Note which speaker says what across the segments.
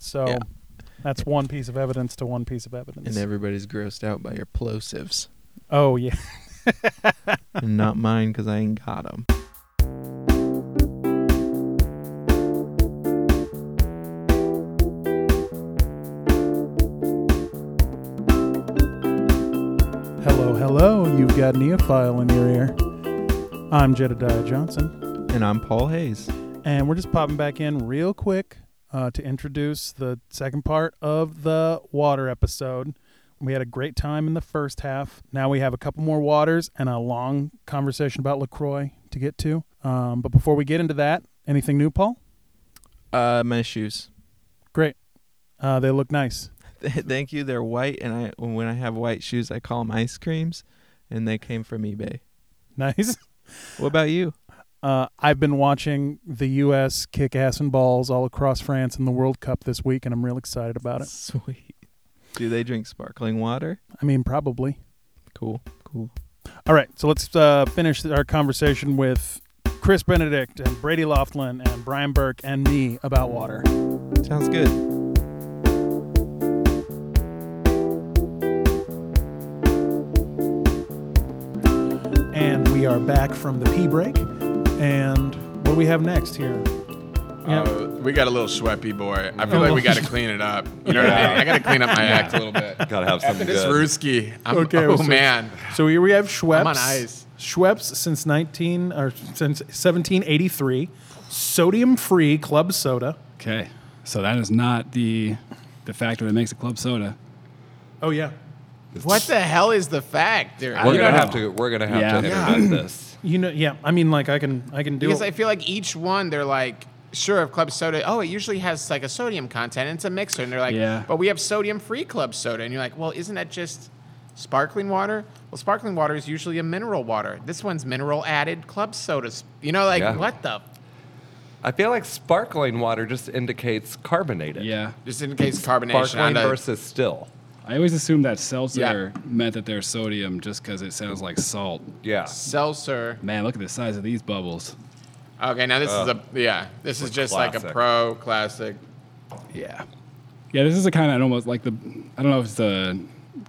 Speaker 1: So
Speaker 2: Yeah.
Speaker 1: that's one piece of evidence to one piece of evidence.
Speaker 2: And everybody's grossed out by your plosives.
Speaker 1: oh yeah.
Speaker 2: and not mine because I ain't got them.
Speaker 1: Hello, hello. You've got Neophile in your ear. I'm Jedediah Johnson.
Speaker 2: And I'm Paul Hayes.
Speaker 1: And we're just popping back in real quick uh, to introduce the second part of the water episode. We had a great time in the first half. Now we have a couple more waters and a long conversation about LaCroix to get to. Um, but before we get into that, anything new, Paul?
Speaker 2: Uh, my shoes.
Speaker 1: Uh, they look nice.
Speaker 2: Thank you. They're white, and I when I have white shoes, I call them ice creams, and they came from eBay.
Speaker 1: Nice.
Speaker 2: What about you?
Speaker 1: Uh, I've been watching the U.S. kick ass and balls all across France in the World Cup this week, and I'm real excited about it.
Speaker 2: Sweet. Do they drink sparkling water?
Speaker 1: I mean, probably.
Speaker 2: Cool. Cool.
Speaker 1: All right, so let's uh, finish our conversation with Chris Benedict and Brady Laughlin and Brian Burke and me about water.
Speaker 2: Sounds good.
Speaker 1: And we are back from the pee break. And what do we have next here? Yeah.
Speaker 3: Uh, we got a little sweaty boy. I feel like we
Speaker 4: Oh,
Speaker 3: got to clean it up. You know what I mean? I got to clean up my act a little bit.
Speaker 4: Gotta have
Speaker 3: After
Speaker 4: something
Speaker 3: this
Speaker 4: good.
Speaker 3: Ruski, I'm,
Speaker 1: Okay,
Speaker 3: oh
Speaker 1: so-
Speaker 3: man,
Speaker 1: So here we have Schweppes.
Speaker 3: on ice.
Speaker 1: Schweppes since 19 or since 1783, sodium-free club soda.
Speaker 5: Okay, so that is not the the factor that makes a club soda.
Speaker 1: Oh yeah.
Speaker 3: what the hell is the fact, dude?
Speaker 4: We're
Speaker 3: You know,
Speaker 4: gonna have to. We're gonna have
Speaker 5: Yeah.
Speaker 4: to
Speaker 5: Yeah.
Speaker 4: interrupt this.
Speaker 1: You know yeah, I mean like I can I can do
Speaker 3: because I
Speaker 1: it.
Speaker 3: feel like each one, they're like, sure, of club soda. Oh, it usually has like a sodium content. And it's a mixer, and they're like,
Speaker 5: Yeah.
Speaker 3: but we have sodium-free club soda, and you're like, well, isn't that just sparkling water? Well, sparkling water is usually a mineral water. This one's mineral-added club sodas. You know, like
Speaker 4: Yeah.
Speaker 3: what the?
Speaker 4: I feel like sparkling water just indicates carbonated.
Speaker 5: Yeah,
Speaker 3: Just in case carbonation.
Speaker 4: Sparkling
Speaker 3: on the-
Speaker 4: versus still.
Speaker 5: I always assumed that seltzer meant that there's sodium just because it sounds like salt.
Speaker 4: Yeah.
Speaker 3: Seltzer.
Speaker 5: Man, look at the size of these bubbles.
Speaker 3: Okay, now this is a yeah. This is just like a
Speaker 4: classic.
Speaker 3: pro classic.
Speaker 5: Yeah, yeah. This is a kind of almost like the I don't know if it's the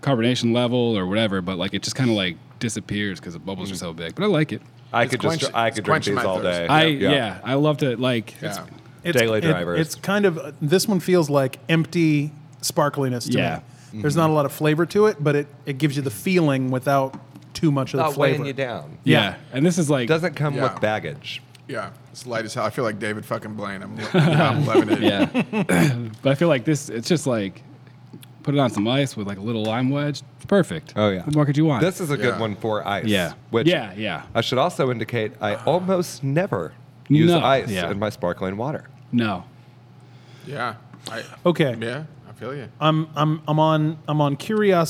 Speaker 5: carbonation level or whatever, but like it just kind of like disappears because the bubbles are so big. But I like it.
Speaker 4: I
Speaker 3: It's
Speaker 4: could just.
Speaker 3: quench-
Speaker 4: I
Speaker 3: it's
Speaker 4: could drink
Speaker 3: quenching
Speaker 4: these
Speaker 3: my
Speaker 4: all
Speaker 3: thirst.
Speaker 4: day.
Speaker 5: I yeah. I loved it. Like it's-
Speaker 3: Yeah.
Speaker 1: It's-
Speaker 4: Daily
Speaker 1: it-
Speaker 4: drivers.
Speaker 1: it's kind of this one feels like empty sparkliness to
Speaker 5: Yeah.
Speaker 1: me. There's not a lot of flavor to it, but it, it gives you the feeling without too much of the
Speaker 4: Not weighing
Speaker 1: flavor.
Speaker 4: you down.
Speaker 5: yeah.
Speaker 1: Yeah.
Speaker 5: and this is like
Speaker 4: Doesn't come
Speaker 3: Yeah.
Speaker 4: with baggage.
Speaker 3: Yeah, it's light as hell. I feel like David fucking Blaine. I'm, yeah, I'm loving it.
Speaker 5: yeah. but I feel like this. It's just like put it on some ice with like a little lime wedge. It's perfect.
Speaker 4: Oh, yeah.
Speaker 5: What more could you want?
Speaker 4: This is a
Speaker 3: Yeah.
Speaker 4: good one for ice.
Speaker 5: Yeah.
Speaker 4: Which
Speaker 5: yeah, yeah.
Speaker 4: I should also indicate I almost never use
Speaker 5: No,
Speaker 4: ice
Speaker 5: yeah.
Speaker 4: in my sparkling water.
Speaker 5: No.
Speaker 3: yeah. I,
Speaker 1: Okay.
Speaker 3: yeah, I feel you.
Speaker 5: Um,
Speaker 1: I'm I'm I'm on I'm on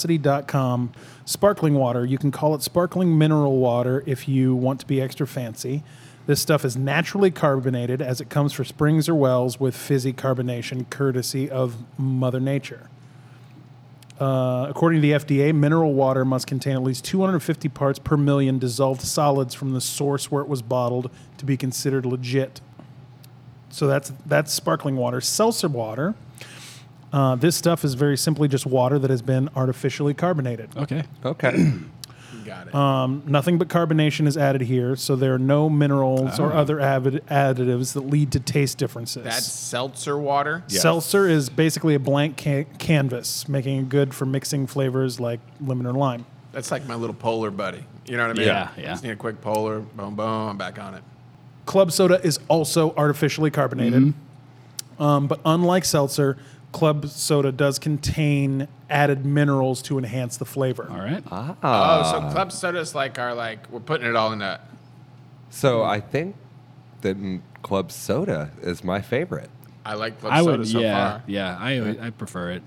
Speaker 1: curiosity.com sparkling water. You can call it sparkling mineral water if you want to be extra fancy. This stuff is naturally carbonated as it comes from springs or wells with fizzy carbonation courtesy of mother nature. Uh, according to the FDA, mineral water must contain at least 250 parts per million dissolved solids from the source where it was bottled to be considered legit. So that's that's sparkling water, seltzer water. Uh, this stuff is very simply just water that has been artificially carbonated.
Speaker 5: Okay.
Speaker 4: Okay.
Speaker 3: Got it.
Speaker 5: um,
Speaker 1: Nothing but carbonation is added here, so there are no minerals or other avid- additives that lead to taste differences.
Speaker 3: That's seltzer water.
Speaker 4: Yes.
Speaker 1: Seltzer is basically a blank ca- canvas, making it good for mixing flavors like lemon or lime.
Speaker 3: That's like my little polar buddy. You know what I mean?
Speaker 5: Yeah, yeah.
Speaker 3: Just need a quick polar. Boom, boom. I'm back on it.
Speaker 1: Club soda is also artificially carbonated, um, but unlike seltzer, club soda does contain added minerals to enhance the flavor.
Speaker 5: All right.
Speaker 4: Ah. Uh,
Speaker 3: Oh, so club soda's like our like we're putting it all in a.
Speaker 4: So I think that mm, club soda is my favorite.
Speaker 3: I like club
Speaker 5: I
Speaker 3: soda
Speaker 5: would.
Speaker 3: so
Speaker 5: yeah.
Speaker 3: far.
Speaker 5: Yeah. I would- I prefer it,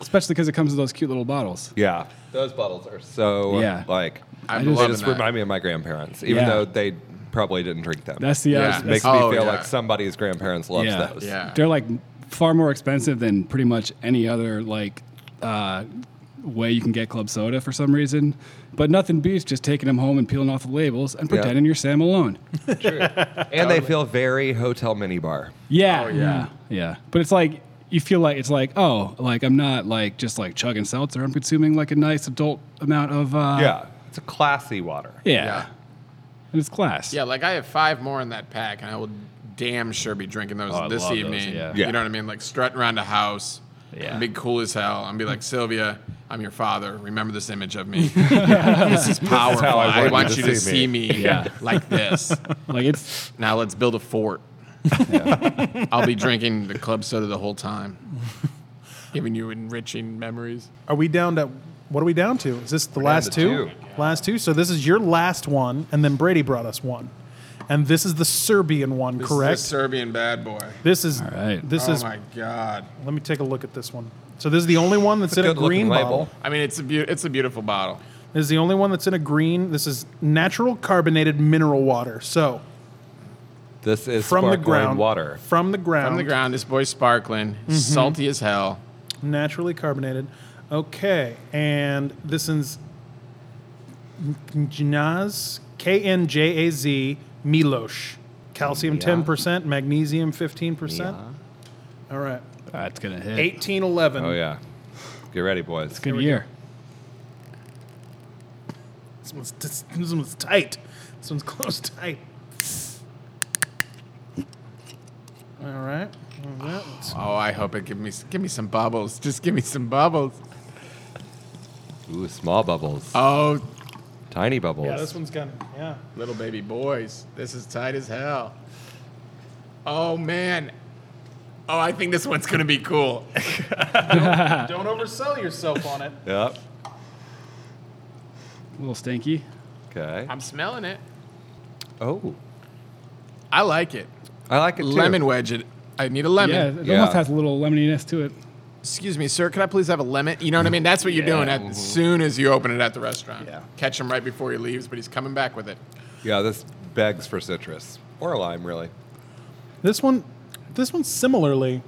Speaker 5: especially because it comes in those cute little bottles.
Speaker 4: Yeah. Those bottles are so
Speaker 5: Yeah.
Speaker 4: like
Speaker 3: I'm
Speaker 5: I just-
Speaker 4: they
Speaker 3: loving
Speaker 4: just
Speaker 3: that.
Speaker 4: remind me of my grandparents, even
Speaker 5: Yeah.
Speaker 4: though they probably didn't drink them.
Speaker 5: That's the.
Speaker 3: Yeah.
Speaker 5: Uh,
Speaker 4: makes
Speaker 5: that's,
Speaker 4: me
Speaker 3: Oh,
Speaker 4: feel
Speaker 3: yeah.
Speaker 4: like somebody's grandparents loves
Speaker 5: yeah.
Speaker 4: those.
Speaker 3: Yeah.
Speaker 5: They're like far more expensive than pretty much any other like. Uh, way you can get club soda for some reason but nothing beats just taking them home and peeling off the labels and
Speaker 4: Yeah.
Speaker 5: pretending you're sam malone
Speaker 4: And they feel very hotel minibar.
Speaker 5: Yeah,
Speaker 3: Oh, yeah.
Speaker 5: yeah, yeah. But it's like you feel like it's like oh like I'm not like just like chugging seltzer. I'm consuming like a nice adult amount of uh,
Speaker 4: yeah, it's a classy water.
Speaker 5: yeah.
Speaker 3: Yeah.
Speaker 5: And it's class.
Speaker 3: Yeah, like I have five more in that pack, and I will damn sure be drinking those
Speaker 5: Oh, I
Speaker 3: this
Speaker 5: love those,
Speaker 3: evening.
Speaker 5: yeah.
Speaker 4: Yeah.
Speaker 3: You know what I mean? Like strutting around the house.
Speaker 5: Yeah.
Speaker 3: I'll be cool as hell. I'll be like, Sylvia, I'm your father. Remember this image of me. this is powerful.
Speaker 4: how
Speaker 3: I,
Speaker 4: I want you
Speaker 3: want
Speaker 4: to
Speaker 3: you to see
Speaker 4: see
Speaker 3: me,
Speaker 5: Yeah.
Speaker 3: like this.
Speaker 5: Like it's
Speaker 3: Now let's build a fort. I'll be drinking the club soda the whole time, giving you enriching memories.
Speaker 1: Are we down to what are we down to? Is this the last
Speaker 4: down to
Speaker 1: two?
Speaker 4: two.
Speaker 1: Last two. So this is your last one, and then Brady brought us one, and this is the Serbian one,
Speaker 3: This is a
Speaker 1: correct?
Speaker 3: Serbian bad boy.
Speaker 1: this is
Speaker 5: right.
Speaker 1: this
Speaker 3: oh
Speaker 1: is.
Speaker 3: my god.
Speaker 1: Let me take a look at this one. So this is the only one that's in a
Speaker 4: good-looking
Speaker 1: green
Speaker 4: label.
Speaker 1: bottle.
Speaker 3: I mean, it's a beau- it's a beautiful bottle.
Speaker 1: This is the only one that's in a green. This is natural carbonated mineral water. So
Speaker 4: This is
Speaker 1: from the
Speaker 4: sparkling
Speaker 1: ground,
Speaker 4: water.
Speaker 1: From the ground,
Speaker 3: From the ground, this boy's sparkling, salty as hell.
Speaker 1: naturally carbonated. Okay, and this is Knjaz, K N J A Z Milosh. Calcium
Speaker 4: Yeah.
Speaker 1: ten percent, magnesium fifteen percent. All right,
Speaker 5: that's ah, gonna hit.
Speaker 1: eighteen eleven.
Speaker 4: Oh yeah, get ready, boys.
Speaker 5: Good year.
Speaker 1: This one's this, this one's tight. This one's close tight. All right. All right. Let's-
Speaker 3: Oh, I hope it give me give me some bubbles. Just give me some bubbles.
Speaker 4: Ooh, small
Speaker 5: Uh,
Speaker 4: bubbles,
Speaker 3: Oh,
Speaker 4: tiny bubbles.
Speaker 1: Yeah, this one's gonna. Yeah.
Speaker 3: little baby boys, this is tight as hell. Oh man. Oh, I think this one's gonna be cool.
Speaker 1: Don't oversell yourself on it.
Speaker 4: Yep.
Speaker 5: A little stinky.
Speaker 4: Okay.
Speaker 3: I'm smelling it.
Speaker 4: Oh,
Speaker 3: I like it.
Speaker 4: I like it too.
Speaker 3: Lemon wedge it. I need a lemon.
Speaker 5: Yeah, it
Speaker 4: Yeah.
Speaker 5: almost has a little lemoniness to it.
Speaker 3: Excuse me, sir. Could I please have a lemon? You know what I mean. That's what you're doing at, as soon as you open it at the restaurant.
Speaker 5: Yeah.
Speaker 3: Catch him right before he leaves, but he's coming back with it.
Speaker 4: Yeah, this begs for citrus or lime, really.
Speaker 1: This one, this one similarly.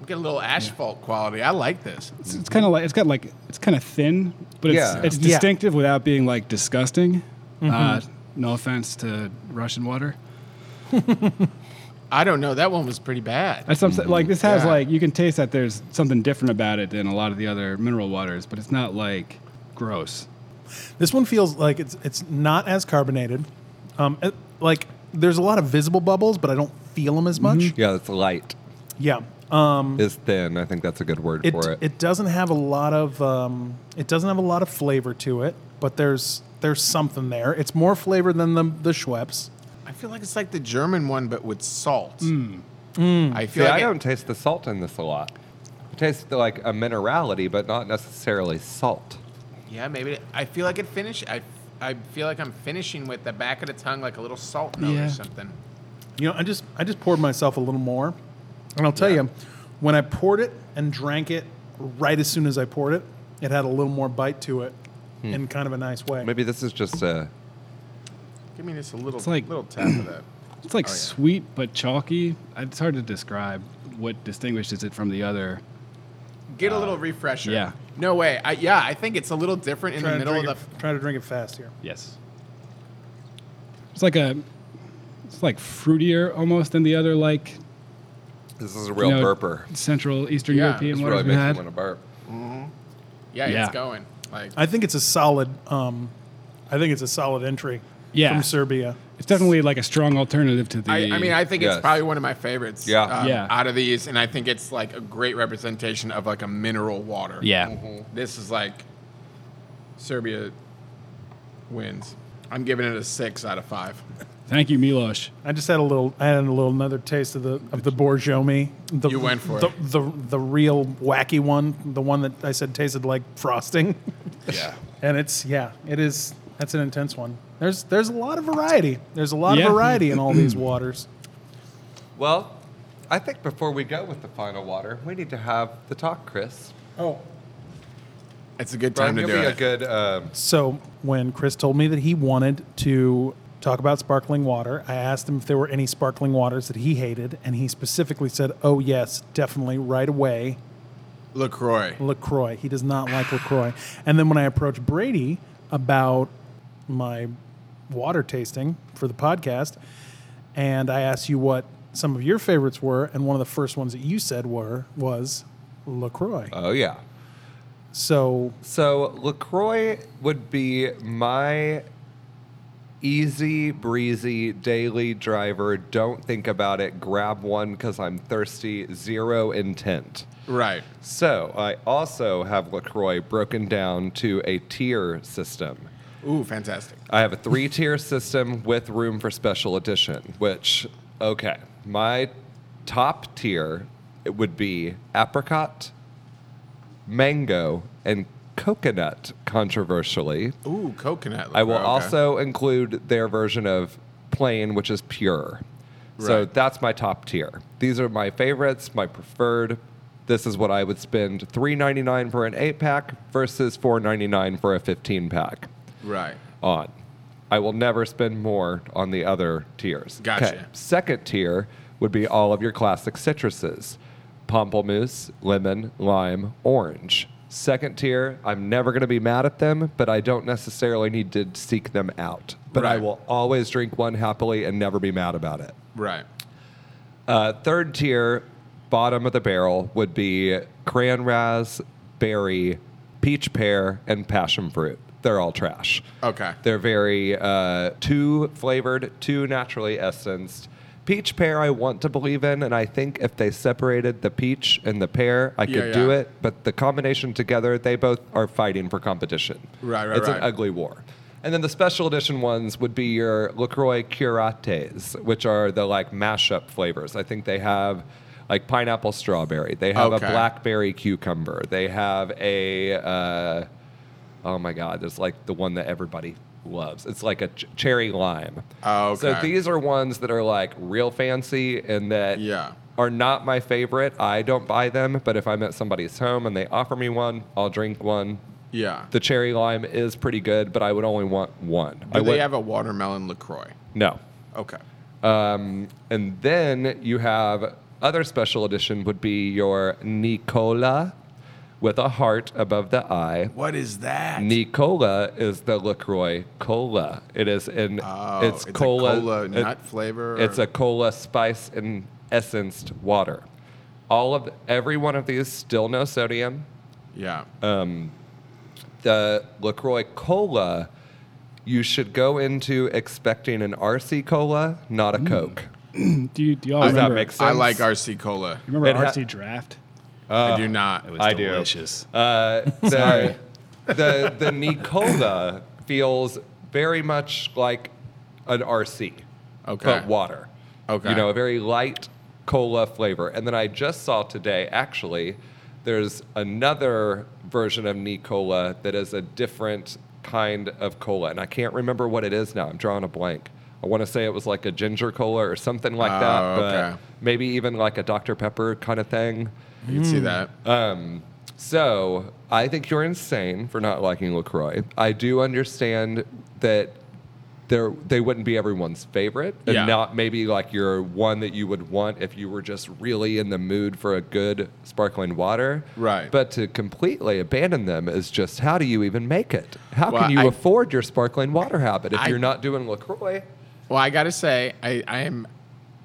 Speaker 3: We get a little asphalt quality. I like this.
Speaker 5: It's, it's kind of like it's got like it's kind of thin, but it's
Speaker 4: Yeah.
Speaker 5: it's
Speaker 1: Yeah.
Speaker 5: distinctive without being like disgusting. Uh, no offense to Russian water.
Speaker 3: I don't know. That one was pretty bad.
Speaker 5: That's what I'm sa- like this has
Speaker 3: Mm-hmm. Yeah.
Speaker 5: like you can taste that there's something different about it than a lot of the other mineral waters, but it's not like gross.
Speaker 1: This one feels like it's it's not as carbonated. Um, it- like there's a lot of visible bubbles, but I don't feel them as much.
Speaker 4: Yeah, it's light.
Speaker 1: Yeah. Um,
Speaker 5: Mm-hmm.
Speaker 4: It's thin. I think that's a good word
Speaker 1: it,
Speaker 4: for
Speaker 1: it doesn't have a lot of um, it doesn't have a lot of flavor to it, but there's there's something there. It's more flavor than the the Schweppes.
Speaker 3: I feel like it's like the German one, but with salt.
Speaker 5: Hmm.
Speaker 3: I
Speaker 4: See,
Speaker 3: feel like
Speaker 4: I
Speaker 3: it-
Speaker 4: don't taste the salt in this a lot. It tastes like a minerality, but not necessarily salt.
Speaker 3: yeah, maybe it- I feel like it finished. I, I feel like I'm finishing with the back of the tongue, like a little salt note
Speaker 5: Yeah.
Speaker 3: or something.
Speaker 1: You know, I just I just poured myself a little more, and I'll tell you, when I poured it and drank it right as soon as I poured it, it had a little more bite to it, in kind of a nice way.
Speaker 4: Maybe this is just a.
Speaker 3: Give me just a little,
Speaker 5: It's like-
Speaker 3: little tap of that.
Speaker 5: It's like
Speaker 3: Oh, yeah.
Speaker 5: sweet but chalky. It's hard to describe what distinguishes it from the other.
Speaker 3: Get a little refresher.
Speaker 5: yeah.
Speaker 3: No way. I, yeah, I think it's a little different in
Speaker 1: try to
Speaker 3: the middle of
Speaker 1: drink
Speaker 3: the.
Speaker 1: it, try to drink it fast here.
Speaker 5: Yes. It's like a it's like fruitier almost than the other like
Speaker 4: This is a real
Speaker 5: you know,
Speaker 4: burper.
Speaker 5: Central Eastern
Speaker 3: Yeah,
Speaker 5: European
Speaker 4: This
Speaker 5: waters
Speaker 4: really
Speaker 5: we
Speaker 4: makes me
Speaker 5: had.
Speaker 4: want to burp.
Speaker 3: yeah,
Speaker 5: Yeah.
Speaker 3: it's going. Like
Speaker 1: I think it's a solid. Um, I think it's a solid entry.
Speaker 5: Yeah.
Speaker 1: from Serbia.
Speaker 5: It's definitely like a strong alternative to the.
Speaker 3: I, I mean, I think
Speaker 4: Yes.
Speaker 3: it's probably one of my favorites.
Speaker 4: Yeah.
Speaker 3: um,
Speaker 5: Yeah.
Speaker 3: Out of these, and I think it's like a great representation of like a mineral water. Mm-hmm.
Speaker 5: Yeah.
Speaker 3: This is like Serbia wins. I'm giving it a six out of five.
Speaker 5: Thank you, Milosh.
Speaker 1: I just had a little. I had a little another taste of the of the Borjomi. The,
Speaker 3: You went for
Speaker 1: the,
Speaker 3: it.
Speaker 1: The, the real wacky one, the one that I said tasted like frosting,
Speaker 3: Yeah.
Speaker 1: and it's yeah, it is. That's an intense one. There's there's a lot of variety. There's a lot
Speaker 5: Yeah.
Speaker 1: of variety in all these waters.
Speaker 4: Well, I think before we go with the final water, we need to have the talk, Chris.
Speaker 1: Oh,
Speaker 3: It's a good
Speaker 4: Brian,
Speaker 3: time
Speaker 4: you'll
Speaker 3: to
Speaker 4: be
Speaker 3: do
Speaker 4: a
Speaker 3: it.
Speaker 4: good. Um,
Speaker 1: So when Chris told me that he wanted to talk about sparkling water, I asked him if there were any sparkling waters that he hated, and he specifically said, "Oh yes, definitely, right away,
Speaker 3: LaCroix.
Speaker 1: Lacroix. He does not like Lacroix." And then when I approached Brady about my water tasting for the podcast, and I asked you what some of your favorites were, and one of the first ones that you said were was Lacroix.
Speaker 4: Oh yeah.
Speaker 1: so
Speaker 4: So LaCroix would be my easy breezy daily driver. Don't think about it. Grab one because I'm thirsty. Zero intent.
Speaker 3: Right.
Speaker 4: So I also have LaCroix broken down to a tier system.
Speaker 3: Ooh, fantastic.
Speaker 4: I have a three tier system with room for special edition, which, okay, my top tier it would be apricot, mango, and coconut, controversially.
Speaker 3: Ooh, coconut.
Speaker 4: I will
Speaker 3: Okay.
Speaker 4: also include their version of plain, which is pure. So
Speaker 3: Right.
Speaker 4: that's my top tier. These are my favorites, my preferred. This is what I would spend three ninety nine for an eight pack versus four ninety nine for a fifteen pack
Speaker 3: Right.
Speaker 4: on. I will never spend more on the other tiers.
Speaker 3: Gotcha.
Speaker 4: 'Kay. Second tier would be all of your classic citruses pamplemousse, lemon, lime, orange. Second tier, I'm never going to be mad at them, but I don't necessarily need to seek them out. But I
Speaker 3: Right.
Speaker 4: will always drink one happily and never be mad about it.
Speaker 3: Right.
Speaker 4: Uh, third tier, bottom of the barrel, would be cran ras, berry, peach pear, and passion fruit. They're all trash.
Speaker 3: Okay.
Speaker 4: They're very uh, too flavored, too naturally essenced. Peach pear, I want to believe in, and I think if they separated the peach and the pear, I
Speaker 3: Yeah,
Speaker 4: could do
Speaker 3: yeah.
Speaker 4: it. But the combination together, they both are fighting for competition.
Speaker 3: Right, right,
Speaker 4: It's an
Speaker 3: right.
Speaker 4: ugly war. And then the special edition ones would be your LaCroix Curates, which are the like mashup flavors. I think they have like pineapple strawberry. They have
Speaker 3: Okay.
Speaker 4: a blackberry cucumber. They have a uh, oh my god, there's like the one that everybody loves. It's like a ch- cherry lime.
Speaker 3: Oh,
Speaker 4: So
Speaker 3: okay.
Speaker 4: these are ones that are like real fancy and that
Speaker 3: Yeah.
Speaker 4: are not my favorite. I don't buy them, but if I'm at somebody's home and they offer me one, I'll drink one.
Speaker 3: Yeah.
Speaker 4: The cherry lime is pretty good, but I would only want one. I
Speaker 3: Do they
Speaker 4: would,
Speaker 3: have a watermelon Lacroix?
Speaker 4: no.
Speaker 3: Okay.
Speaker 4: Um, and then you have other special edition would be your Nicola with a heart above the eye.
Speaker 3: What is that?
Speaker 4: Nicola is the Lacroix cola. It is an
Speaker 3: Oh,
Speaker 4: it's,
Speaker 3: it's a
Speaker 4: cola,
Speaker 3: cola
Speaker 4: it-
Speaker 3: nut flavor,
Speaker 4: It's
Speaker 3: or-
Speaker 4: a cola spice and essenced water. All of every one of these still no sodium.
Speaker 3: yeah.
Speaker 4: Uh, The Lacroix cola you should go into expecting an RC cola, not a Coke.
Speaker 5: Do you, do y'all
Speaker 4: Does that
Speaker 5: remember,
Speaker 4: make sense?
Speaker 3: I like RC cola.
Speaker 5: remember
Speaker 4: It ha-
Speaker 5: RC Draft?
Speaker 3: I do not.
Speaker 5: It was
Speaker 4: Uh, I do.
Speaker 5: delicious.
Speaker 4: Uh, the, the the Nicola feels very much like an RC,
Speaker 3: Okay.
Speaker 4: but water.
Speaker 3: Okay.
Speaker 4: you know, a very light cola flavor. And then I just saw today, actually, there's another version of Nicola that is a different kind of cola, and I can't remember what it is now. I'm drawing a blank. I want to say it was like a ginger cola or something like that,
Speaker 3: Oh, okay.
Speaker 4: but maybe even like a Dr Pepper kind of thing.
Speaker 3: You can see that.
Speaker 4: Uh, So I think you're insane for not liking Lacroix. I do understand that there they wouldn't be everyone's favorite, and
Speaker 3: Yeah.
Speaker 4: not maybe like your one that you would want if you were just really in the mood for a good sparkling water.
Speaker 3: Right.
Speaker 4: But to completely abandon them is just how do you even make it? How
Speaker 3: Well,
Speaker 4: can you
Speaker 3: I-
Speaker 4: afford your sparkling water habit if
Speaker 3: I-
Speaker 4: you're not doing Lacroix?
Speaker 3: Well, I gotta say, I, I am,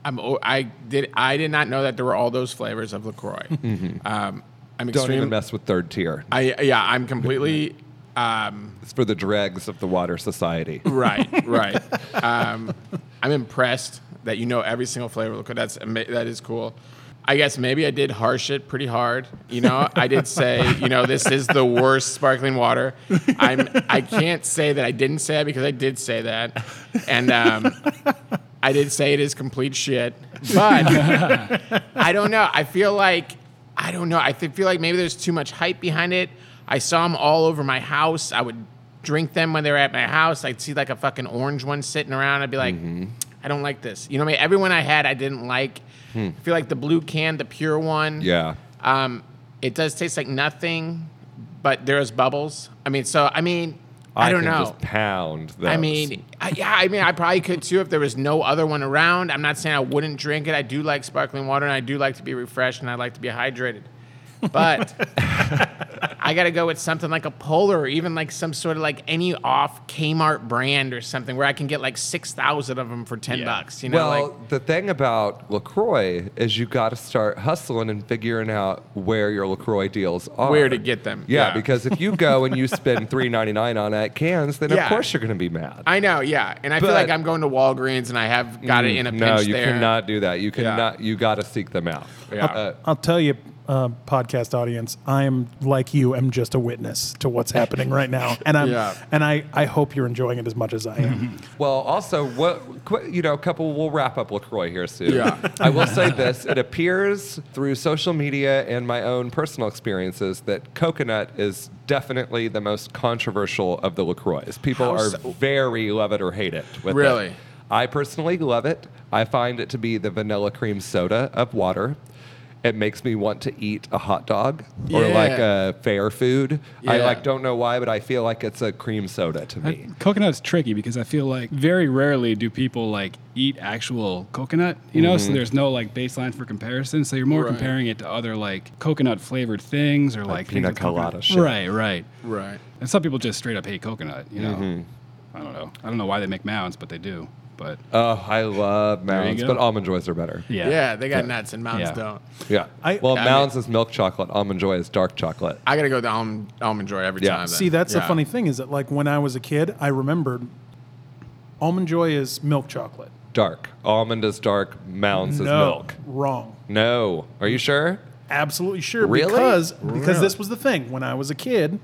Speaker 3: I'm, o- I did, I did not know that there were all those flavors of Lacroix. Um, I'm
Speaker 4: Mm-hmm. Don't
Speaker 3: extremely.
Speaker 4: even mess with third tier.
Speaker 3: I yeah, I'm completely. Um,
Speaker 4: It's for the dregs of the water society.
Speaker 3: right, right. Um, I'm impressed that you know every single flavor of Lacroix. That's ama- that is cool. I guess maybe I did harsh it pretty hard. You know, I did say, you know, this is the worst sparkling water. I'm I can't say that I didn't say that because I did say that, and um, I did say it is complete shit. But I don't know. I feel like I don't know. I th- feel like maybe there's too much hype behind it. I saw them all over my house. I would drink them when they were at my house. I'd see like a fucking orange one sitting around. I'd be like,
Speaker 4: Mm-hmm.
Speaker 3: I don't like this. You know what I mean? Everyone I had, I didn't like. I feel like the blue can, the pure one.
Speaker 4: Hmm. Yeah.
Speaker 3: Um, it does taste like nothing, but there's bubbles. I mean, so I mean, I, don't
Speaker 4: can
Speaker 3: know.
Speaker 4: Just pound those.
Speaker 3: I mean, I, yeah, I mean, I probably could too if there was no other one around. I'm not saying I wouldn't drink it. I do like sparkling water, and I do like to be refreshed, and I like to be hydrated. But I I got to go with something like a Polar or even like some sort of like any off Kmart brand or something where I can get like 6,000 of them for 10 bucks, you know?
Speaker 4: well,
Speaker 3: like,
Speaker 4: the thing about LaCroix is you got to start hustling and figuring out where your LaCroix deals are.
Speaker 3: Where to get them,
Speaker 4: Yeah,
Speaker 3: yeah.
Speaker 4: because if you go and you spend three ninety nine on at cans, then
Speaker 3: Yeah.
Speaker 4: of course you're going to be mad.
Speaker 3: I know, yeah. And I feel
Speaker 4: But-
Speaker 3: like I'm going to Walgreens and I have got it in a pinch
Speaker 4: Mm, no, you
Speaker 3: there.
Speaker 4: cannot do that. You cannot. You got to seek them out. Uh,
Speaker 3: Yeah.
Speaker 1: I'll tell you, uh, podcast audience, I am like you. am just a witness to what's happening right now, and I'm
Speaker 3: Yeah.
Speaker 1: and I, I hope you're enjoying it as much as I am.
Speaker 4: Well, also, what qu- you know, a couple. We'll wrap up Lacroix here soon.
Speaker 3: Yeah.
Speaker 4: I will say this: it appears through social media and my own personal experiences that coconut is definitely the most controversial of the Lacroix. People
Speaker 3: How
Speaker 4: are
Speaker 3: so?
Speaker 4: very love it or hate it. With it.
Speaker 3: Really?
Speaker 4: I personally love it. I find it to be the vanilla cream soda of water. It makes me want to eat a hot dog or
Speaker 3: Yeah.
Speaker 4: like a fair food. I
Speaker 3: Yeah.
Speaker 4: like don't know why, but I feel like it's a cream soda to me.
Speaker 5: Coconut's tricky because I feel like very rarely do people like eat actual coconut, you know,
Speaker 4: Mm-hmm.
Speaker 5: so there's no like baseline for comparison. So you're more
Speaker 3: Right.
Speaker 5: comparing it to other like coconut flavored things or like, things
Speaker 4: pina
Speaker 5: with coconut.
Speaker 4: colada shit.
Speaker 5: Right, right.
Speaker 3: Right.
Speaker 5: And some people just straight up hate coconut, you know. I don't know. I don't know why they make mounds, but they do. But
Speaker 4: Oh, I love mounds,
Speaker 5: go.
Speaker 4: but almond joys are better.
Speaker 5: yeah.
Speaker 3: Yeah, they got nuts and mountains
Speaker 5: Yeah.
Speaker 3: don't.
Speaker 4: Yeah.
Speaker 1: I-
Speaker 4: well,
Speaker 1: I
Speaker 4: mounds is milk chocolate. Almond joy is dark chocolate.
Speaker 3: I got to go to Almond, almond Joy every
Speaker 4: Yeah.
Speaker 3: time. then.
Speaker 1: See, that's the
Speaker 3: Yeah.
Speaker 1: funny thing is that like when I was a kid, I remembered almond joy is milk chocolate.
Speaker 4: Dark. Almond is dark. Mounds is
Speaker 1: no,
Speaker 4: milk.
Speaker 1: wrong.
Speaker 4: No. Are you sure?
Speaker 1: Absolutely sure.
Speaker 4: Really?
Speaker 1: Because because this was the thing when I was a kid,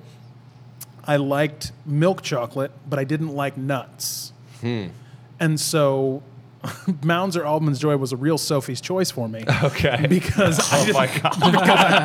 Speaker 1: I liked milk chocolate, but I didn't like nuts. And so, Mounds or Almond's Joy was a real Sophie's choice for me.
Speaker 4: Okay.
Speaker 1: Because I didn't-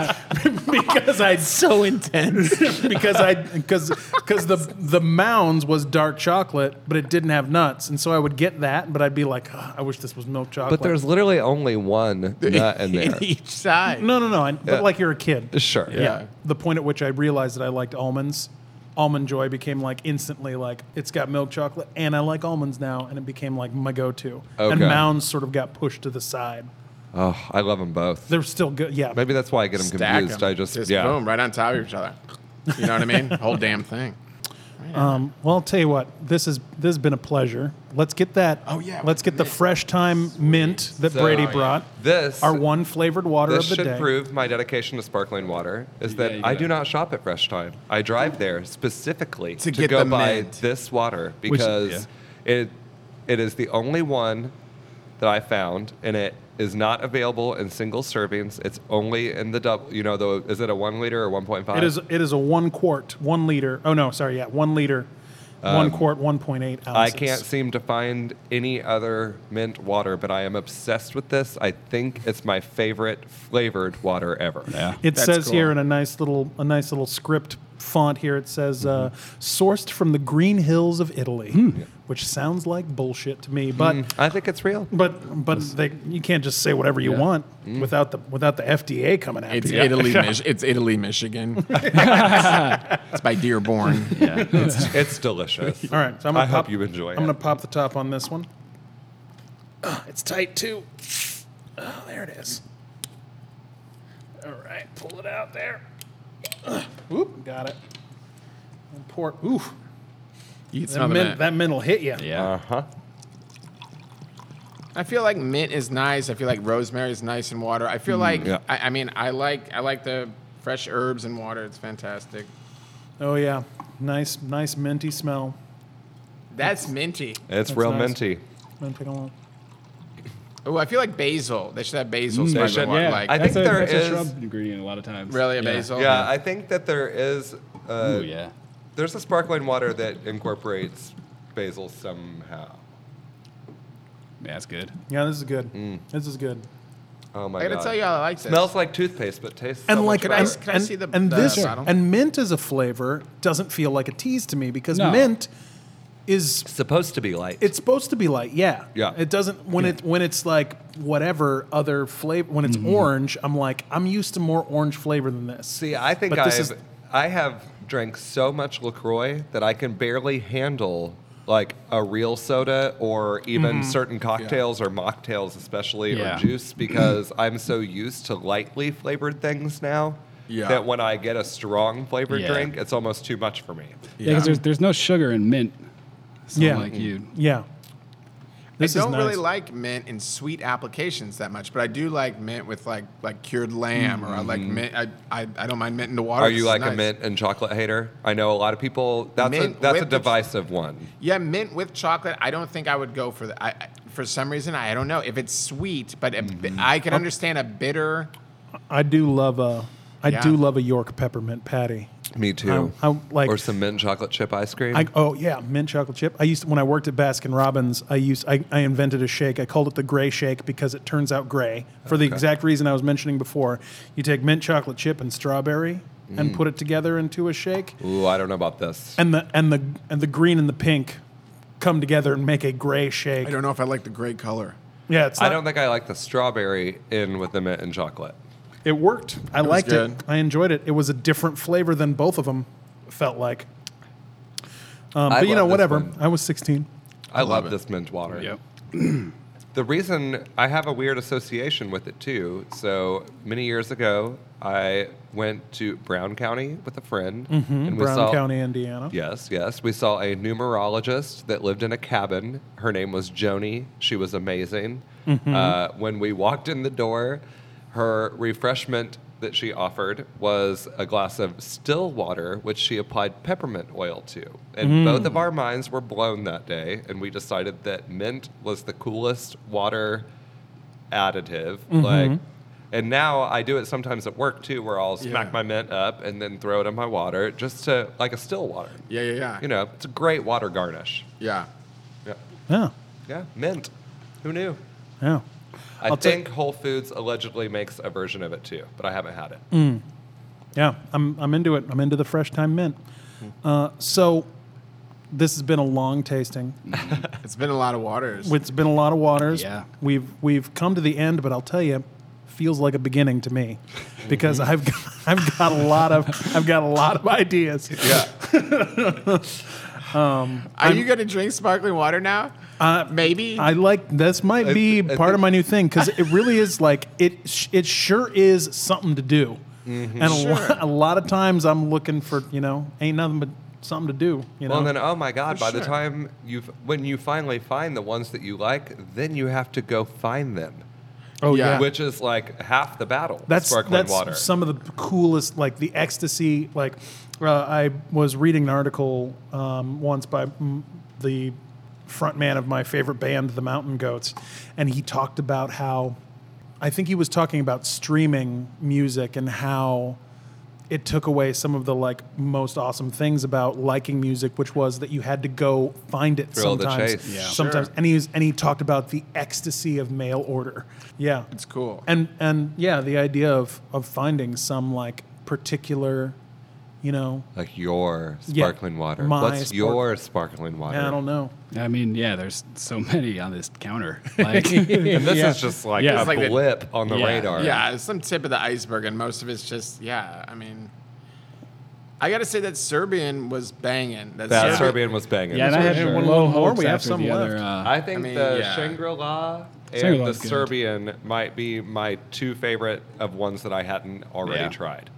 Speaker 1: because I
Speaker 3: So intense.
Speaker 1: because I because because the the mounds was dark chocolate, but it didn't have nuts, and so I would get that, but I'd be like, "Ugh, I wish this was milk chocolate.
Speaker 4: But there's literally only one nut in there.
Speaker 3: Each side.
Speaker 1: no, no, no. I, But like you're a kid.
Speaker 4: Sure.
Speaker 3: Yeah.
Speaker 1: The point at which I realized that I liked almonds, almond joy became like instantly like it's got milk chocolate, and I like almonds now, and it became like my go-to. And
Speaker 4: Okay.
Speaker 1: mounds sort of got pushed to the side.
Speaker 4: Oh, I love them both.
Speaker 1: They're still good. Yeah.
Speaker 4: Maybe that's why I get them
Speaker 3: Stack 'em.
Speaker 4: confused. I just, yeah.
Speaker 3: boom, right on top of each other. You know what I mean? Whole damn thing.
Speaker 1: Well, I'll tell you what. This is this has been a pleasure. Let's get that.
Speaker 3: Oh, yeah,
Speaker 1: Let's get the
Speaker 3: mint.
Speaker 1: fresh time mint that
Speaker 4: So-
Speaker 1: Brady
Speaker 4: Oh, yeah.
Speaker 1: brought.
Speaker 4: This
Speaker 1: our one flavored water
Speaker 4: This
Speaker 1: of the
Speaker 4: should
Speaker 1: day.
Speaker 4: prove my dedication to sparkling water is that
Speaker 5: you
Speaker 4: I
Speaker 5: gotta-
Speaker 4: do not shop at Fresh Time. I drive there specifically to,
Speaker 3: To get
Speaker 4: go
Speaker 3: the
Speaker 4: buy
Speaker 3: mint.
Speaker 4: this water because it it is the only one that I found, and it is not available in single servings. It's only in the double. You know, the is it a one liter or one point five?
Speaker 1: It is it is a one quart, one liter. Oh no, sorry, yeah, one liter, one quart, one point eight
Speaker 4: Um, I
Speaker 1: ounces.
Speaker 4: can't seem to find any other mint water, but I am obsessed with this. I think it's my favorite flavored water ever.
Speaker 5: Yeah.
Speaker 1: It
Speaker 3: That's
Speaker 1: says
Speaker 3: cool.
Speaker 1: here in a nice little a nice little script font here. It says uh, sourced from the green hills of Italy,
Speaker 4: Hmm.
Speaker 1: which sounds like bullshit to me, but.
Speaker 4: I think it's real.
Speaker 1: But but they, you can't just say whatever you want
Speaker 4: Hmm.
Speaker 1: without the without the FDA coming after
Speaker 3: It's
Speaker 1: you.
Speaker 3: Italy, Mich- it's Italy, Michigan. it's by Dearborn.
Speaker 4: It's delicious.
Speaker 1: All right, so I'm gonna
Speaker 4: I hope
Speaker 1: pop,
Speaker 4: you enjoy
Speaker 1: I'm
Speaker 4: it.
Speaker 1: gonna pop the top on this one. Ah, it's tight too. Ah, there it is. All right, pull it out there. Ah, Oop, got it. And pour. Oof,
Speaker 3: You can
Speaker 1: that
Speaker 3: smell the
Speaker 1: mint,
Speaker 3: mint.
Speaker 1: that mint will hit you.
Speaker 5: Yeah.
Speaker 4: Uh-huh.
Speaker 3: I feel like mint is nice. I feel like rosemary is nice in water. I feel like
Speaker 4: Mm, yeah.
Speaker 3: I, I mean I like I like the fresh herbs in water. It's fantastic.
Speaker 1: Oh yeah, nice, nice minty smell.
Speaker 3: That's minty.
Speaker 4: It's
Speaker 1: That's
Speaker 4: real
Speaker 1: nice.
Speaker 4: minty.
Speaker 1: I'm gonna take a long-
Speaker 3: Oh, I feel like basil. They should have basil. Mm,
Speaker 4: should,
Speaker 3: water.
Speaker 5: yeah.
Speaker 3: Like
Speaker 4: I
Speaker 5: that's
Speaker 4: think
Speaker 5: a,
Speaker 4: there
Speaker 5: that's
Speaker 4: is-
Speaker 5: a shrub ingredient a lot of times.
Speaker 3: really a
Speaker 5: yeah.
Speaker 3: basil.
Speaker 4: Yeah, I think that there is. Uh,
Speaker 5: Ooh, yeah.
Speaker 4: There's a sparkling water that incorporates basil somehow.
Speaker 5: Yeah, that's good.
Speaker 1: Yeah, this is good.
Speaker 4: Mm.
Speaker 1: This is good.
Speaker 4: Oh my
Speaker 3: I
Speaker 4: god!
Speaker 3: gotta tell you how I like this.
Speaker 4: Smells like toothpaste, but tastes. so
Speaker 1: And like
Speaker 4: much
Speaker 3: I-
Speaker 1: and,
Speaker 4: better.
Speaker 3: can I
Speaker 1: and-
Speaker 3: see the-
Speaker 1: and
Speaker 3: the
Speaker 1: this
Speaker 3: bottle?
Speaker 1: and mint as a flavor doesn't feel like a tease to me because
Speaker 5: No.
Speaker 1: mint is
Speaker 4: supposed to be light.
Speaker 1: It's supposed to be light, yeah.
Speaker 4: Yeah.
Speaker 1: It doesn't when it when it's like whatever other flavor when it's orange, I'm like, I'm used to more orange flavor than this.
Speaker 4: See, I think
Speaker 1: But
Speaker 4: I've
Speaker 1: this is-
Speaker 4: I have drank so much Lacroix that I can barely handle like a real soda or even certain cocktails or mocktails, especially
Speaker 5: Yeah.
Speaker 4: or juice, because I'm so used to lightly flavored things now.
Speaker 3: Yeah.
Speaker 4: that when I get a strong flavored
Speaker 5: Yeah.
Speaker 4: drink, it's almost too much for me.
Speaker 5: Yeah, because there's, there's no sugar in mint. So
Speaker 1: Yeah.
Speaker 5: like you,
Speaker 1: Yeah. This
Speaker 3: I
Speaker 1: is
Speaker 3: don't
Speaker 1: nice.
Speaker 3: really like mint in sweet applications that much, but I do like mint with like like cured lamb, or I like mint. I, I, I don't mind mint in the water.
Speaker 4: Are
Speaker 3: This
Speaker 4: you
Speaker 3: is
Speaker 4: like a
Speaker 3: Oh, nice.
Speaker 4: mint and chocolate hater? I know a lot of people. That's
Speaker 3: Mint
Speaker 4: a that's a
Speaker 3: with the ch-
Speaker 4: divisive one.
Speaker 3: Yeah, mint with chocolate. I don't think I would go for that. I, I- for some reason, I don't know if it's sweet, but a bi- I can understand a bitter.
Speaker 1: I do love a. I
Speaker 3: Yeah.
Speaker 1: do love a York peppermint patty.
Speaker 4: Me too.
Speaker 1: I'm- I'm like-
Speaker 4: or some mint chocolate chip ice cream.
Speaker 1: I, oh yeah, mint chocolate chip. I used to, when I worked at Baskin Robbins. I used I, I invented a shake. I called it the Gray Shake because it turns out gray for the exact reason I was mentioning before. You take mint chocolate chip and strawberry and put it together into a shake,
Speaker 4: Ooh, I don't know about this.
Speaker 1: and the and the and the green and the pink come together and make a gray shake.
Speaker 3: I don't know if I like the gray color.
Speaker 1: Yeah, it's
Speaker 4: I
Speaker 1: not-
Speaker 4: don't think I like the strawberry in with the mint and chocolate.
Speaker 1: It worked. I liked it.
Speaker 3: good.
Speaker 1: I enjoyed it. It was a different flavor than both of them felt like. Um,
Speaker 4: I
Speaker 1: but you
Speaker 4: love
Speaker 1: know,
Speaker 4: this
Speaker 1: whatever.
Speaker 4: one.
Speaker 1: I was 16.
Speaker 4: I love, this mint water.
Speaker 5: Yep.
Speaker 4: The reason I have a weird association with it too. So many years ago, I went to Brown County with a friend, and
Speaker 1: Mm-hmm. Brown County, Indiana.
Speaker 4: Yes, yes. We saw a numerologist that lived in a cabin. Her name was Joni. She was amazing. Uh, when we walked in the door, her refreshment that she offered was a glass of still water, which she applied peppermint oil to. And both of our minds were blown that day, and we decided that mint was the coolest water additive. Like, and now I do it sometimes at work too, where I'll smack
Speaker 3: Yeah.
Speaker 4: my mint up and then throw it in my water, just to like a still water.
Speaker 3: Yeah, yeah, yeah.
Speaker 4: You know, it's a great water garnish.
Speaker 3: Yeah.
Speaker 4: Yeah,
Speaker 1: Yeah.
Speaker 4: yeah, mint. Who knew?
Speaker 1: Yeah.
Speaker 4: I
Speaker 1: I'll ta-
Speaker 4: think Whole Foods allegedly makes a version of it too, but I haven't had it.
Speaker 1: Mm-hmm. Yeah. I'm, I'm into it. I'm into the fresh time mint.
Speaker 3: Hmm.
Speaker 1: Uh, so this has been a long tasting.
Speaker 3: It's been a lot of waters.
Speaker 1: It's been a lot of waters.
Speaker 5: Yeah.
Speaker 1: We've we've come to the end, but I'll tell you, feels like a beginning to me, because
Speaker 4: Mm-hmm.
Speaker 1: I've got, I've got a lot of I've got a lot of ideas.
Speaker 4: Yeah,
Speaker 3: Are you gonna drink sparkling water now? Maybe.
Speaker 1: I like this might be
Speaker 4: I- I
Speaker 1: part of
Speaker 4: think-
Speaker 1: my new thing because it really is like it. sh- It sure is something to do,
Speaker 4: Mm-hmm.
Speaker 1: and a,
Speaker 3: Sure.
Speaker 1: lot, a lot of times I'm looking for you know ain't nothing but something to do. You know,
Speaker 4: Well, then, oh my God!
Speaker 3: For
Speaker 4: by the
Speaker 3: sure.
Speaker 4: time you've, when you finally find the ones that you like, then you have to go find them,
Speaker 1: oh
Speaker 3: yeah.
Speaker 4: which is like half the battle.
Speaker 1: that's
Speaker 4: sparkling
Speaker 1: that's
Speaker 4: water.
Speaker 1: some of the coolest like the ecstasy. Like uh, I was reading an article um, once by mm, the front man of my favorite band, the Mountain Goats, and he talked about how I think he was talking about streaming music and how. it took away some of the like most awesome things about liking music, which was that you had to go find it
Speaker 4: Thrill of the
Speaker 1: sometimes.
Speaker 4: chase. Yeah.
Speaker 1: Sometimes,
Speaker 3: Sure.
Speaker 1: and he was, and he talked about the ecstasy of mail order. Yeah,
Speaker 3: it's cool.
Speaker 1: and and yeah, the idea of of finding some like particular, you know,
Speaker 4: Like your
Speaker 1: Yeah.
Speaker 4: sparkling water.
Speaker 1: My
Speaker 4: What's
Speaker 1: spark-
Speaker 4: your sparkling water?
Speaker 1: I don't know.
Speaker 5: I mean, yeah, there's so many on this counter. Like,
Speaker 4: And this
Speaker 1: Yeah.
Speaker 4: is just like
Speaker 5: Yeah.
Speaker 4: a
Speaker 5: It's
Speaker 3: like the-
Speaker 4: blip on the
Speaker 5: Yeah.
Speaker 4: radar.
Speaker 3: Yeah, it's some tip of the iceberg, and most of it's just yeah. I mean, I gotta say that Serbian was banging.
Speaker 4: That Serbian was banging.
Speaker 5: yeah, and I
Speaker 4: for
Speaker 5: had
Speaker 4: sure.
Speaker 5: one
Speaker 1: little
Speaker 5: low
Speaker 1: more,
Speaker 5: hopes
Speaker 1: we have
Speaker 5: after
Speaker 1: some
Speaker 5: the
Speaker 1: left.
Speaker 5: other. Uh,
Speaker 4: I think
Speaker 3: I mean,
Speaker 4: the
Speaker 3: yeah.
Speaker 4: Shangri-La and the
Speaker 5: Shangri-La's good.
Speaker 4: Serbian might be my two favorite of ones that I hadn't already
Speaker 5: Yeah.
Speaker 4: tried.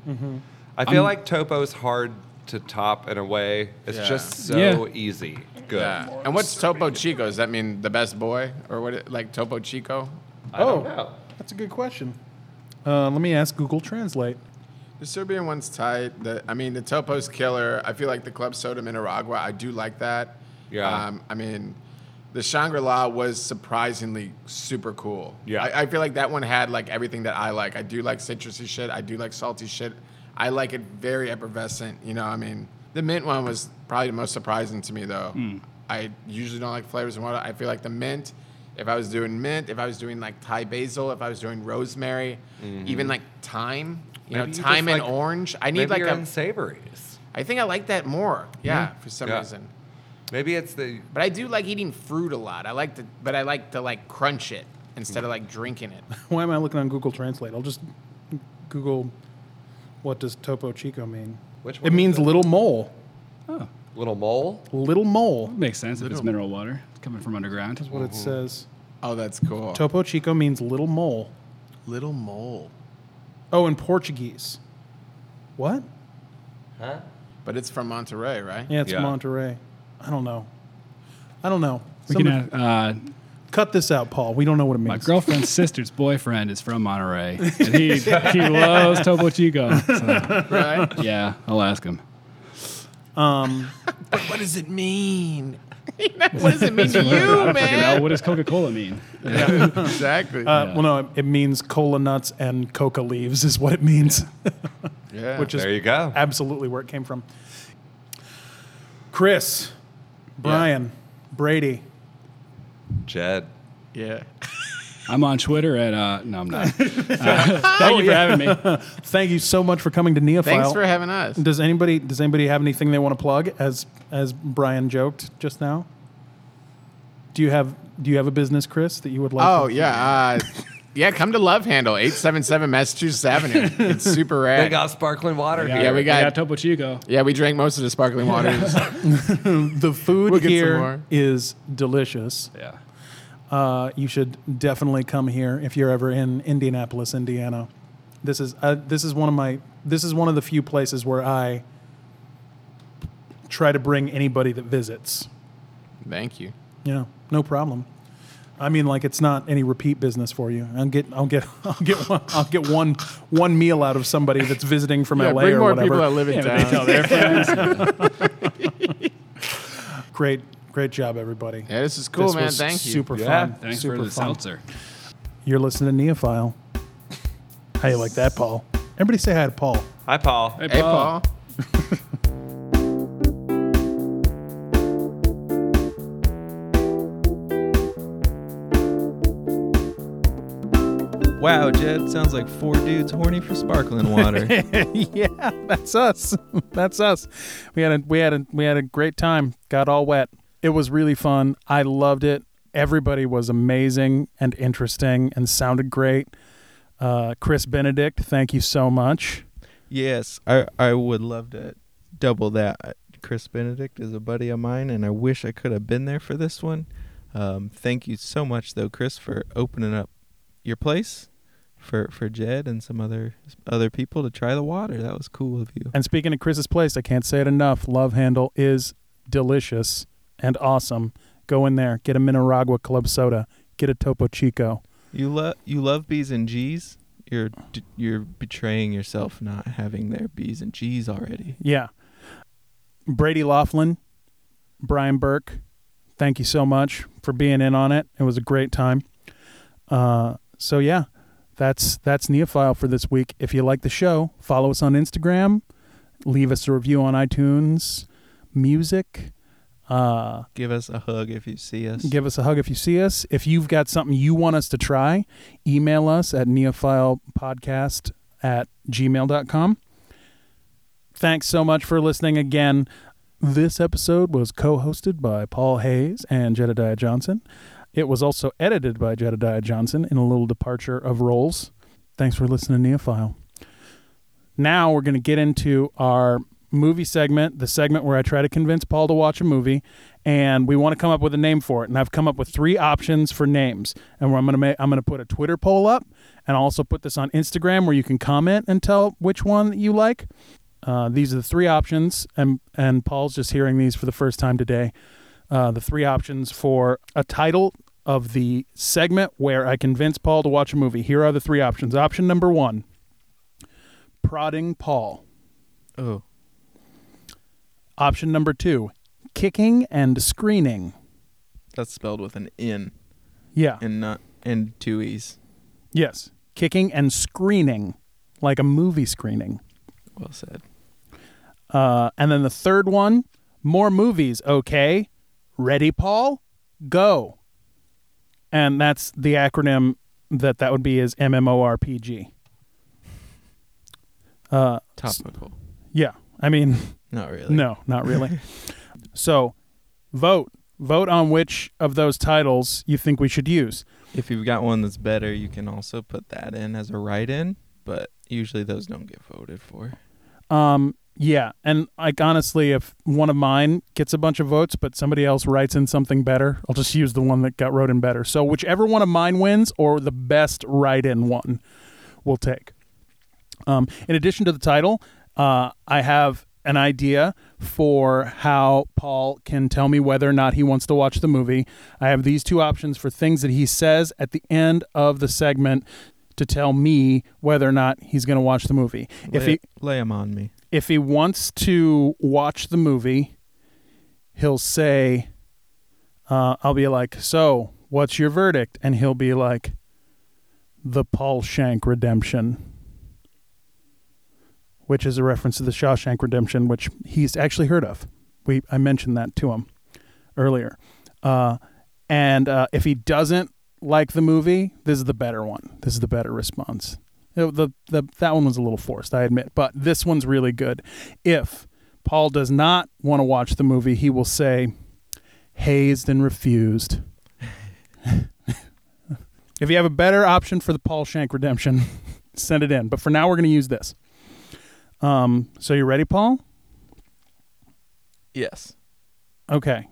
Speaker 4: I feel like Topo's hard to top in a way. It's
Speaker 3: Yeah.
Speaker 4: just so
Speaker 5: Yeah.
Speaker 4: easy. Good.
Speaker 3: Yeah. And what's Topo Chico? Does that mean the best boy, or what? it- Like Topo Chico?
Speaker 4: I don't
Speaker 1: Oh.
Speaker 4: know.
Speaker 1: That's a good question. Uh, let me ask Google Translate.
Speaker 3: The Serbian one's tight. The, I mean, the Topo's killer. I feel like the club soda Nicaragua. I do like that. Um,
Speaker 4: Yeah.
Speaker 3: I mean, the Shangri La was surprisingly super cool.
Speaker 4: Yeah.
Speaker 3: I, I feel like that one had like everything that I like. I do like citrusy shit. I do like salty shit. I like it very effervescent. You know, I mean, the mint one was probably the most surprising to me though.
Speaker 4: Hmm.
Speaker 3: I usually don't like flavors and water. I feel like the mint. If I was doing mint, if I was doing like Thai basil, if I was doing rosemary,
Speaker 4: Mm-hmm.
Speaker 3: even like thyme, you
Speaker 4: Maybe
Speaker 3: know,
Speaker 4: you
Speaker 3: thyme
Speaker 4: just
Speaker 3: and
Speaker 4: like-
Speaker 3: orange. I
Speaker 4: Maybe
Speaker 3: need like
Speaker 4: you're
Speaker 3: a.
Speaker 4: in savories.
Speaker 3: I think I like that more. Yeah, for some
Speaker 4: Yeah.
Speaker 3: reason.
Speaker 4: Maybe it's the
Speaker 3: But I do like eating fruit a lot. I like to, but I like to like crunch it instead of like drinking it.
Speaker 1: Why am I looking on Google Translate? I'll just Google. What does Topo Chico mean?
Speaker 4: Which
Speaker 1: it
Speaker 4: one is
Speaker 1: means
Speaker 4: it?
Speaker 1: little mole.
Speaker 4: little mole.
Speaker 1: Little mole.
Speaker 5: makes sense if it's mineral water. It's coming from underground.
Speaker 1: What it says.
Speaker 3: Oh, that's cool.
Speaker 1: Topo Chico means little mole.
Speaker 3: Little mole.
Speaker 1: Oh, in Portuguese. What?
Speaker 3: But it's from Monterey, right?
Speaker 1: Yeah, it's
Speaker 4: Yeah.
Speaker 1: Monterey. I don't know. I don't know.
Speaker 5: We can
Speaker 1: Somebody-
Speaker 5: have, uh,
Speaker 1: cut this out, Paul. We don't know what it
Speaker 5: my
Speaker 1: means.
Speaker 5: girlfriend's sister's boyfriend is from Monterey, and he, he loves Topo Chico. So,
Speaker 3: Right?
Speaker 5: yeah, I'll ask him.
Speaker 3: but what does it mean? what does it mean to you,
Speaker 5: I fucking know.
Speaker 3: man?
Speaker 5: What does Coca Cola mean?
Speaker 3: exactly.
Speaker 1: Uh, Well, no, it, it means cola nuts and coca leaves is what it means,
Speaker 3: yeah.
Speaker 1: which is
Speaker 4: There you go.
Speaker 1: absolutely where it came from. Chris, Brian, Brady.
Speaker 4: Jed.
Speaker 3: yeah.
Speaker 5: I'm on Twitter at uh, no, I'm not. Uh, thank you for having me.
Speaker 1: Thank you so much for coming to Neophile.
Speaker 3: Thanks for having us.
Speaker 1: does anybody does anybody have anything they want to plug? As as Brian joked just now. Do you have Do you have a business, Chris, that you would like?
Speaker 3: Oh
Speaker 1: to-
Speaker 3: yeah, uh, yeah. Come to Love Handle eight seven seven Massachusetts Avenue. It's super rad.
Speaker 4: They got sparkling water
Speaker 5: Yeah,
Speaker 4: here.
Speaker 3: we
Speaker 5: we
Speaker 3: got-
Speaker 5: got, Topo Chico.
Speaker 3: yeah, we drank most of the sparkling waters.
Speaker 1: the food
Speaker 3: We'll get some
Speaker 1: here
Speaker 3: more.
Speaker 1: is delicious.
Speaker 4: Yeah.
Speaker 1: Uh, you should definitely come here if you're ever in Indianapolis, Indiana. This is uh, this is one of my this is one of the few places where I try to bring anybody that visits.
Speaker 3: Thank you.
Speaker 1: You know, no problem. I mean, like it's not any repeat business for you. I'll get I'll get I'll get one I'll get one one meal out of somebody that's visiting from
Speaker 3: Yeah,
Speaker 1: LA
Speaker 3: bring
Speaker 1: or
Speaker 3: more
Speaker 1: whatever.
Speaker 3: people that live in
Speaker 5: They
Speaker 3: town.
Speaker 5: tell their friends.
Speaker 1: great great job, everybody.
Speaker 3: Yeah, this is cool,
Speaker 1: This
Speaker 3: man.
Speaker 1: was
Speaker 3: Thank you.
Speaker 1: super
Speaker 4: Yeah,
Speaker 1: fun.
Speaker 5: Thanks
Speaker 1: super
Speaker 5: for the
Speaker 1: fun.
Speaker 5: seltzer.
Speaker 1: You're listening to Neophile. How you like that, Paul? Everybody say hi to Paul.
Speaker 4: Hi, Paul.
Speaker 3: Hey, Paul.
Speaker 2: Wow, Jed sounds like four dudes horny for sparkling water.
Speaker 1: yeah, that's us. That's us. We had a we had a we had a great time. Got all wet. It was really fun. I loved it. Everybody was amazing and interesting and sounded great. Uh, Chris Benedict, thank you so much.
Speaker 2: Yes, I, I would love to double that. Uh, Chris Benedict is a buddy of mine, and I wish I could have been there for this one. Um, thank you so much, though, Chris, for opening up your place for for Jed and some other other people to try the water. That was cool of you.
Speaker 1: And speaking of Chris's place, I can't say it enough. Love Handle is delicious and awesome. Go in there, get a Mineragua Club soda, get a Topo Chico.
Speaker 2: You love you love B's and G's. You're d- you're betraying yourself not having their B's and G's already.
Speaker 1: Yeah. Brady Laughlin, Brian Burke, thank you so much for being in on it. It was a great time. Uh, so yeah, that's that's Neophile for this week. If you like the show, follow us on Instagram, leave us a review on iTunes, music. Uh,
Speaker 2: Give us a hug if you see us.
Speaker 1: give us a hug if you see us. If you've got something you want us to try, email us at neophilepodcast at gmail.com. Thanks so much for listening again. This episode was co hosted by Paul Hayes and Jedediah Johnson. It was also edited by Jedediah Johnson in a little departure of roles. Thanks for listening, Neophile. Now we're going to get into our movie segment, the segment where I try to convince Paul to watch a movie, and we want to come up with a name for it. And I've come up with three options for names, and where I'm going to make, I'm going to put a Twitter poll up, and I'll also put this on Instagram where you can comment and tell which one that you like. Uh, these are the three options, and and Paul's just hearing these for the first time today. Uh, the three options for a title of the segment where I convince Paul to watch a movie. Here are the three options. Option number one: prodding Paul.
Speaker 2: Oh,
Speaker 1: Option number two: kicking and screening.
Speaker 2: that's spelled with an N
Speaker 1: Yeah.
Speaker 2: and not and two E's.
Speaker 1: Yes. Kicking and screening, like a movie screening.
Speaker 2: Well said.
Speaker 1: Uh, and then the third one, more movies, okay? Ready, Paul? Go. And that's the acronym that that would be is MMORPG. Uh,
Speaker 2: Topical.
Speaker 1: yeah. I mean,
Speaker 2: Not really.
Speaker 1: no, not really. so vote. Vote on which of those titles you think we should use.
Speaker 2: If you've got one that's better, you can also put that in as a write in, but usually those don't get voted for.
Speaker 1: Um, yeah, and like honestly, if one of mine gets a bunch of votes, but somebody else writes in something better, I'll just use the one that got wrote in better. So whichever one of mine wins, or the best write-in one, we'll take. Um, in addition to the title, uh, I have an idea for how Paul can tell me whether or not he wants to watch the movie. I have these two options for things that he says at the end of the segment to tell me whether or not he's going to watch the movie. If
Speaker 2: lay,
Speaker 1: he
Speaker 2: lay 'em on me.
Speaker 1: if he wants to watch the movie, he'll say, uh, I'll be like, So, what's your verdict? And he'll be like, The Paul Shank Redemption, which is a reference to the Shawshank Redemption, which he's actually heard of. We I mentioned that to him earlier. Uh, and uh, if he doesn't like the movie, this is the better one. This is the better response. You know, the, the that one was a little forced, I admit, but this one's really good. If Paul does not want to watch the movie, he will say hazed and refused. if you have a better option for the Paul Shank redemption, send it in. But for now, we're going to use this. Um, so you ready, Paul?
Speaker 2: Yes.
Speaker 1: Okay.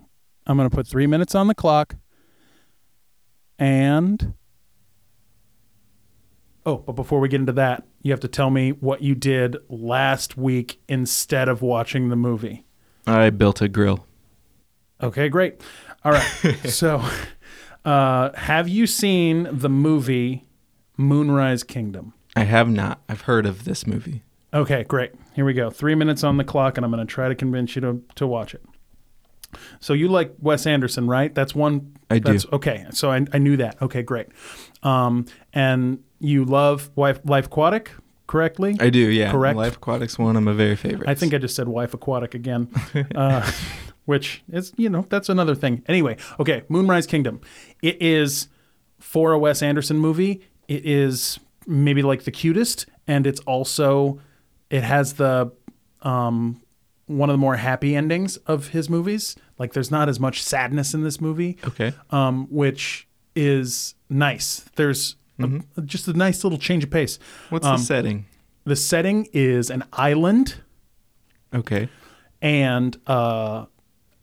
Speaker 1: I'm going to put three minutes on the clock. And. Oh, but before we get into that, you have to tell me what you did last week instead of watching the movie.
Speaker 2: I built a grill.
Speaker 1: Okay, great. All right. so, uh, have you seen the movie Moonrise Kingdom?
Speaker 2: I have not. I've heard of this movie.
Speaker 1: Okay, great. Here we go. Three minutes on the clock, and I'm going to try to convince you to, to watch it. So you like Wes Anderson, right? That's one.
Speaker 2: I do.
Speaker 1: that's- Okay, so I, I knew that. Okay, great. Um, and you love Wife, Life Aquatic, correctly?
Speaker 2: I do, yeah.
Speaker 1: Correct.
Speaker 2: Life Aquatics one of my very favorites.
Speaker 1: I think I just said wife aquatic again, uh, which is, you know, that's another thing. Anyway, okay, Moonrise Kingdom. It is for a Wes Anderson movie. It is maybe like the cutest, and it's also, it has the, um, one of the more happy endings of his movies. Like, there's not as much sadness in this movie
Speaker 2: Okay.
Speaker 1: um, which is nice. There's a- just a nice little change of pace.
Speaker 2: What's
Speaker 1: um,
Speaker 2: the setting?
Speaker 1: The setting is an island
Speaker 2: Okay.
Speaker 1: and uh,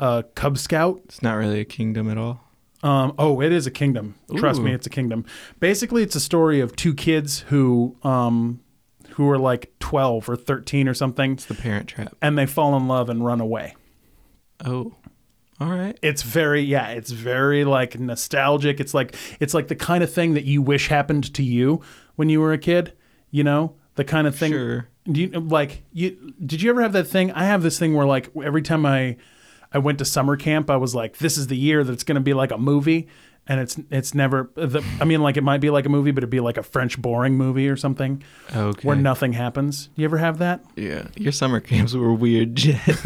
Speaker 1: a Cub Scout.
Speaker 2: It's not really a kingdom at all.
Speaker 1: Um, oh, it is a kingdom. Trust me, it's a kingdom. Basically, it's a story of two kids who um, who are like twelve or thirteen or something,
Speaker 2: It's the parent trap.
Speaker 1: and they fall in love and run away.
Speaker 2: Oh. All right.
Speaker 1: it's very yeah it's very like nostalgic it's like it's like the kind of thing that you wish happened to you when you were a kid you know the kind of thing
Speaker 2: Sure.
Speaker 1: do you like you did you ever have that thing i have this thing where like every time i i went to summer camp i was like this is the year that it's going to be like a movie and it's it's never the, i mean like it might be like a movie but it'd be like a french boring movie or something
Speaker 2: Okay.
Speaker 1: where nothing happens you ever have that
Speaker 2: Yeah. Your summer camps were weird, Jet.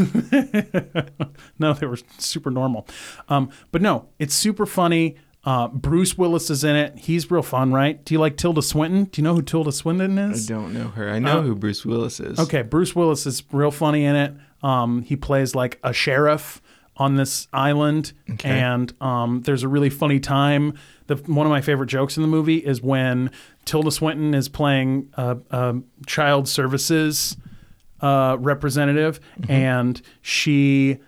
Speaker 1: no, they were super normal. Um, but no, it's super funny. Uh, Bruce Willis is in it. He's real fun, right? Do you like Tilda Swinton? Do you know who Tilda Swinton
Speaker 2: I
Speaker 1: is?
Speaker 2: don't know her. I know who Bruce Willis is.
Speaker 1: Uh, Okay, Bruce Willis is real funny in it. Um, he plays like a sheriff on this island, and um, there's a really funny time. The, one of my favorite jokes in the movie is when Tilda Swinton is playing a, a child services uh, representative, and she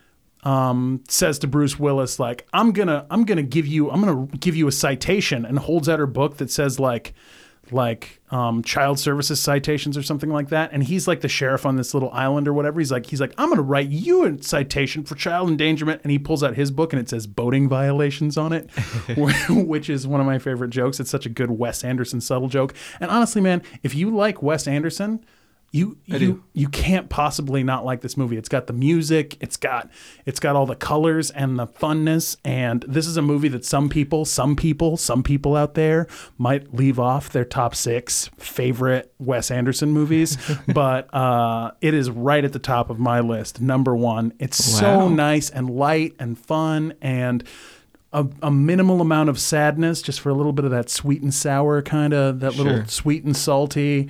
Speaker 1: um, says to Bruce Willis, like, "I'm gonna, I'm gonna give you, I'm gonna give you a citation," and holds out her book that says like, like um, child services citations or something like that. And he's like the sheriff on this little island or whatever. He's like, he's like, I'm gonna write you a citation for child endangerment, and he pulls out his book and it says boating violations on it, wh- which is one of my favorite jokes. It's such a good Wes Anderson subtle joke. And honestly, man, if you like Wes Anderson. You you, you can't possibly not like this movie. It's got the music, it's got it's got all the colors and the funness, and this is a movie that some people, some people, some people out there might leave off their top six favorite Wes Anderson movies, but uh, it is right at the top of my list, number one. It's so
Speaker 2: Wow.
Speaker 1: nice and light and fun and. A, a minimal amount of sadness, just for a little bit of that sweet and sour kind of that little
Speaker 2: Sure. Mm-hmm.
Speaker 1: sweet and salty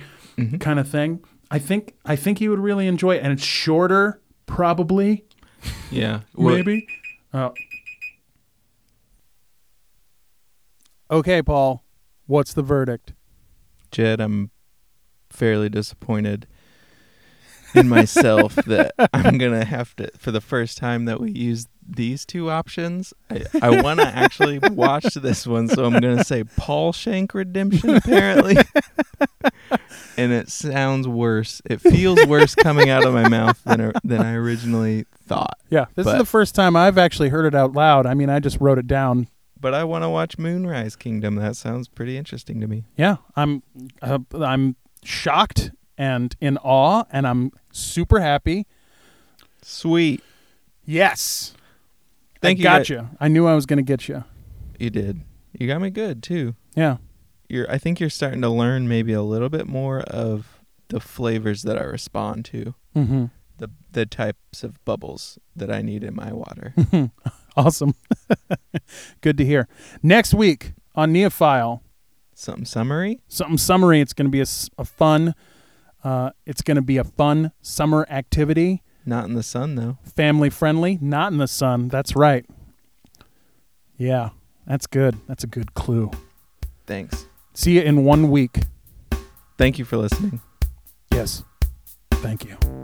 Speaker 1: kind of thing. I think I think you would really enjoy it, and it's shorter, probably,
Speaker 2: Yeah. Well,
Speaker 1: maybe. Oh. Okay, Paul. What's the verdict?
Speaker 2: Jed, I'm fairly disappointed. in myself that I'm gonna have to for the first time that we use these two options. I, I want to actually watch this one, so I'm gonna say Paul Shank Redemption apparently, and it sounds worse. It feels worse coming out of my mouth than than I originally thought.
Speaker 1: Yeah, this is
Speaker 2: But-
Speaker 1: the first time I've actually heard it out loud. I mean, I just wrote it down.
Speaker 2: But I want to watch Moonrise Kingdom. That sounds pretty interesting to me.
Speaker 1: Yeah, I'm uh, I'm shocked and in awe, and I'm super happy.
Speaker 2: Sweet,
Speaker 1: Yes, I
Speaker 2: Thank you,
Speaker 1: Got
Speaker 2: guys.
Speaker 1: you. I knew I was going to get you.
Speaker 2: you did. You got me good too.
Speaker 1: Yeah,
Speaker 2: you're I think you're starting to learn maybe a little bit more of the flavors that I respond to.
Speaker 1: mm-hmm.
Speaker 2: The the types of bubbles that I need in my water.
Speaker 1: awesome. Good to hear. Next week on Neophile,
Speaker 2: Something summary?
Speaker 1: something summary. It's going to be a, s- a fun. Uh, it's going to be a fun summer activity,
Speaker 2: Not in the sun though.
Speaker 1: family friendly, not in the sun. That's right. Yeah, that's good. That's a good clue.
Speaker 2: Thanks.
Speaker 1: See you in one week.
Speaker 2: Thank you for listening.
Speaker 1: Yes. Thank you.